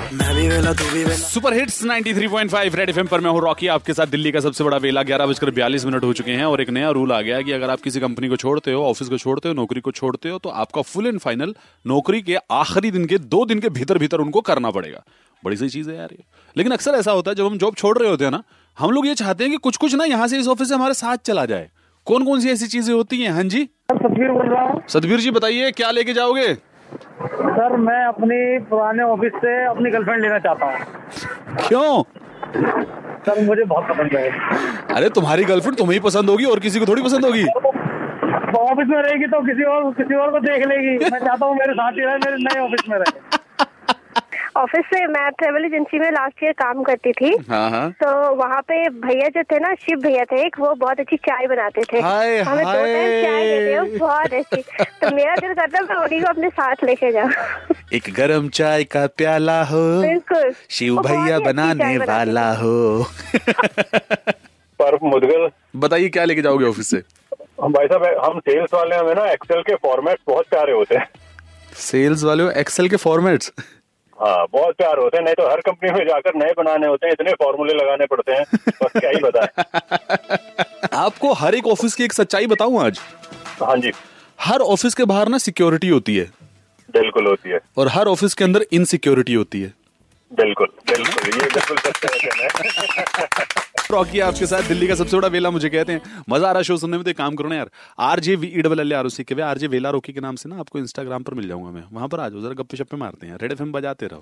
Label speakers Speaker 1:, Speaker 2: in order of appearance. Speaker 1: मैं भी वेला तू भी वेला
Speaker 2: सुपर हिट्स 93.5 रेड एफएम पर मैं हूं रॉकी आपके साथ दिल्ली का सबसे बड़ा वेला ग्यारह बजकर बयालीस मिनट हो चुके हैं और एक नया रूल आ गया है कि अगर आप किसी कंपनी को छोड़ते हो ऑफिस को छोड़ते हो नौकरी को छोड़ते हो तो आपका फुल एंड फाइनल नौकरी के आखिरी दिन के दो दिन के भीतर भीतर उनको करना पड़ेगा बड़ी सही चीज है यार ये लेकिन अक्सर ऐसा होता है जब हम जॉब छोड़ रहे होते हैं ना हम लोग ये चाहते हैं कि कुछ कुछ ना यहाँ से इस ऑफिस से हमारे साथ चला जाए कौन कौन सी ऐसी चीजें होती हैं हाँ जी
Speaker 3: सर तस्वीर बोल रहा हूँ
Speaker 2: सतबीर जी बताइए क्या लेके जाओगे
Speaker 3: सर मैं अपने पुराने ऑफिस से अपनी गर्लफ्रेंड लेना चाहता हूँ
Speaker 2: क्यों
Speaker 3: सर मुझे बहुत पसंद है
Speaker 2: अरे तुम्हारी गर्लफ्रेंड तुम्हें ही पसंद होगी और किसी को थोड़ी पसंद होगी
Speaker 3: वो ऑफिस में रहेगी तो किसी और किसी और को देख लेगी मैं चाहता हूँ मेरे साथ ही रहे मेरे नए ऑफिस में रहे
Speaker 4: ऑफिस से मैं ट्रेवल एजेंसी में लास्ट ईयर काम करती थी
Speaker 2: हाँ हाँ
Speaker 4: तो वहाँ पे भैया जो थे ना शिव भैया थे एक वो बहुत अच्छी चाय बनाते थे
Speaker 2: हाय,
Speaker 4: हमें दो
Speaker 2: हाय।
Speaker 4: टाइम चाय देते हो बहुत अच्छी तो मेरा दिल करता है मैं उन्हीं को अपने साथ लेके जाऊँ
Speaker 2: एक गरम चाय का प्याला हो
Speaker 4: बिल्कुल
Speaker 2: शिव
Speaker 4: वो बहुत ही
Speaker 2: भैया
Speaker 4: अच्छी
Speaker 2: बनाने
Speaker 4: चाय बनाते
Speaker 2: वाला हो
Speaker 5: पर मुदगल
Speaker 2: बताइए क्या लेके जाओगे ऑफिस से
Speaker 5: हम भाई साहब हम सेल्स वाले हमें ना एक्सेल के फॉर्मेट बहुत प्यारे होते हैं
Speaker 2: सेल्स वाले एक्सेल के फॉर्मेट्स
Speaker 5: हाँ बहुत प्यार होते हैं नहीं तो हर कंपनी में जाकर नए बनाने होते हैं इतने फॉर्मूले लगाने पड़ते हैं बस क्या ही बताएं
Speaker 2: आपको हर एक ऑफिस की एक सच्चाई बताऊं आज
Speaker 5: हाँ जी
Speaker 2: हर ऑफिस के बाहर ना सिक्योरिटी होती है
Speaker 5: बिल्कुल होती है
Speaker 2: और हर ऑफिस के अंदर इनसिक्योरिटी होती है
Speaker 5: बिल्कुल बिल्कुल ये बिल्कुल सत्य वचन है
Speaker 2: रॉकी आपके साथ दिल्ली का सबसे बड़ा वेला मुझे कहते हैं मजा आ रहा शो सुनने में तो एक काम करो ना यार RJ V double L R के आरजे वेला रोकी के नाम से ना आपको इंस्टाग्राम पर मिल जाऊंगा मैं वहां पर आ जाओ जरा गप्पे शप्पे मारते हैं रेड एफ बजाते रहो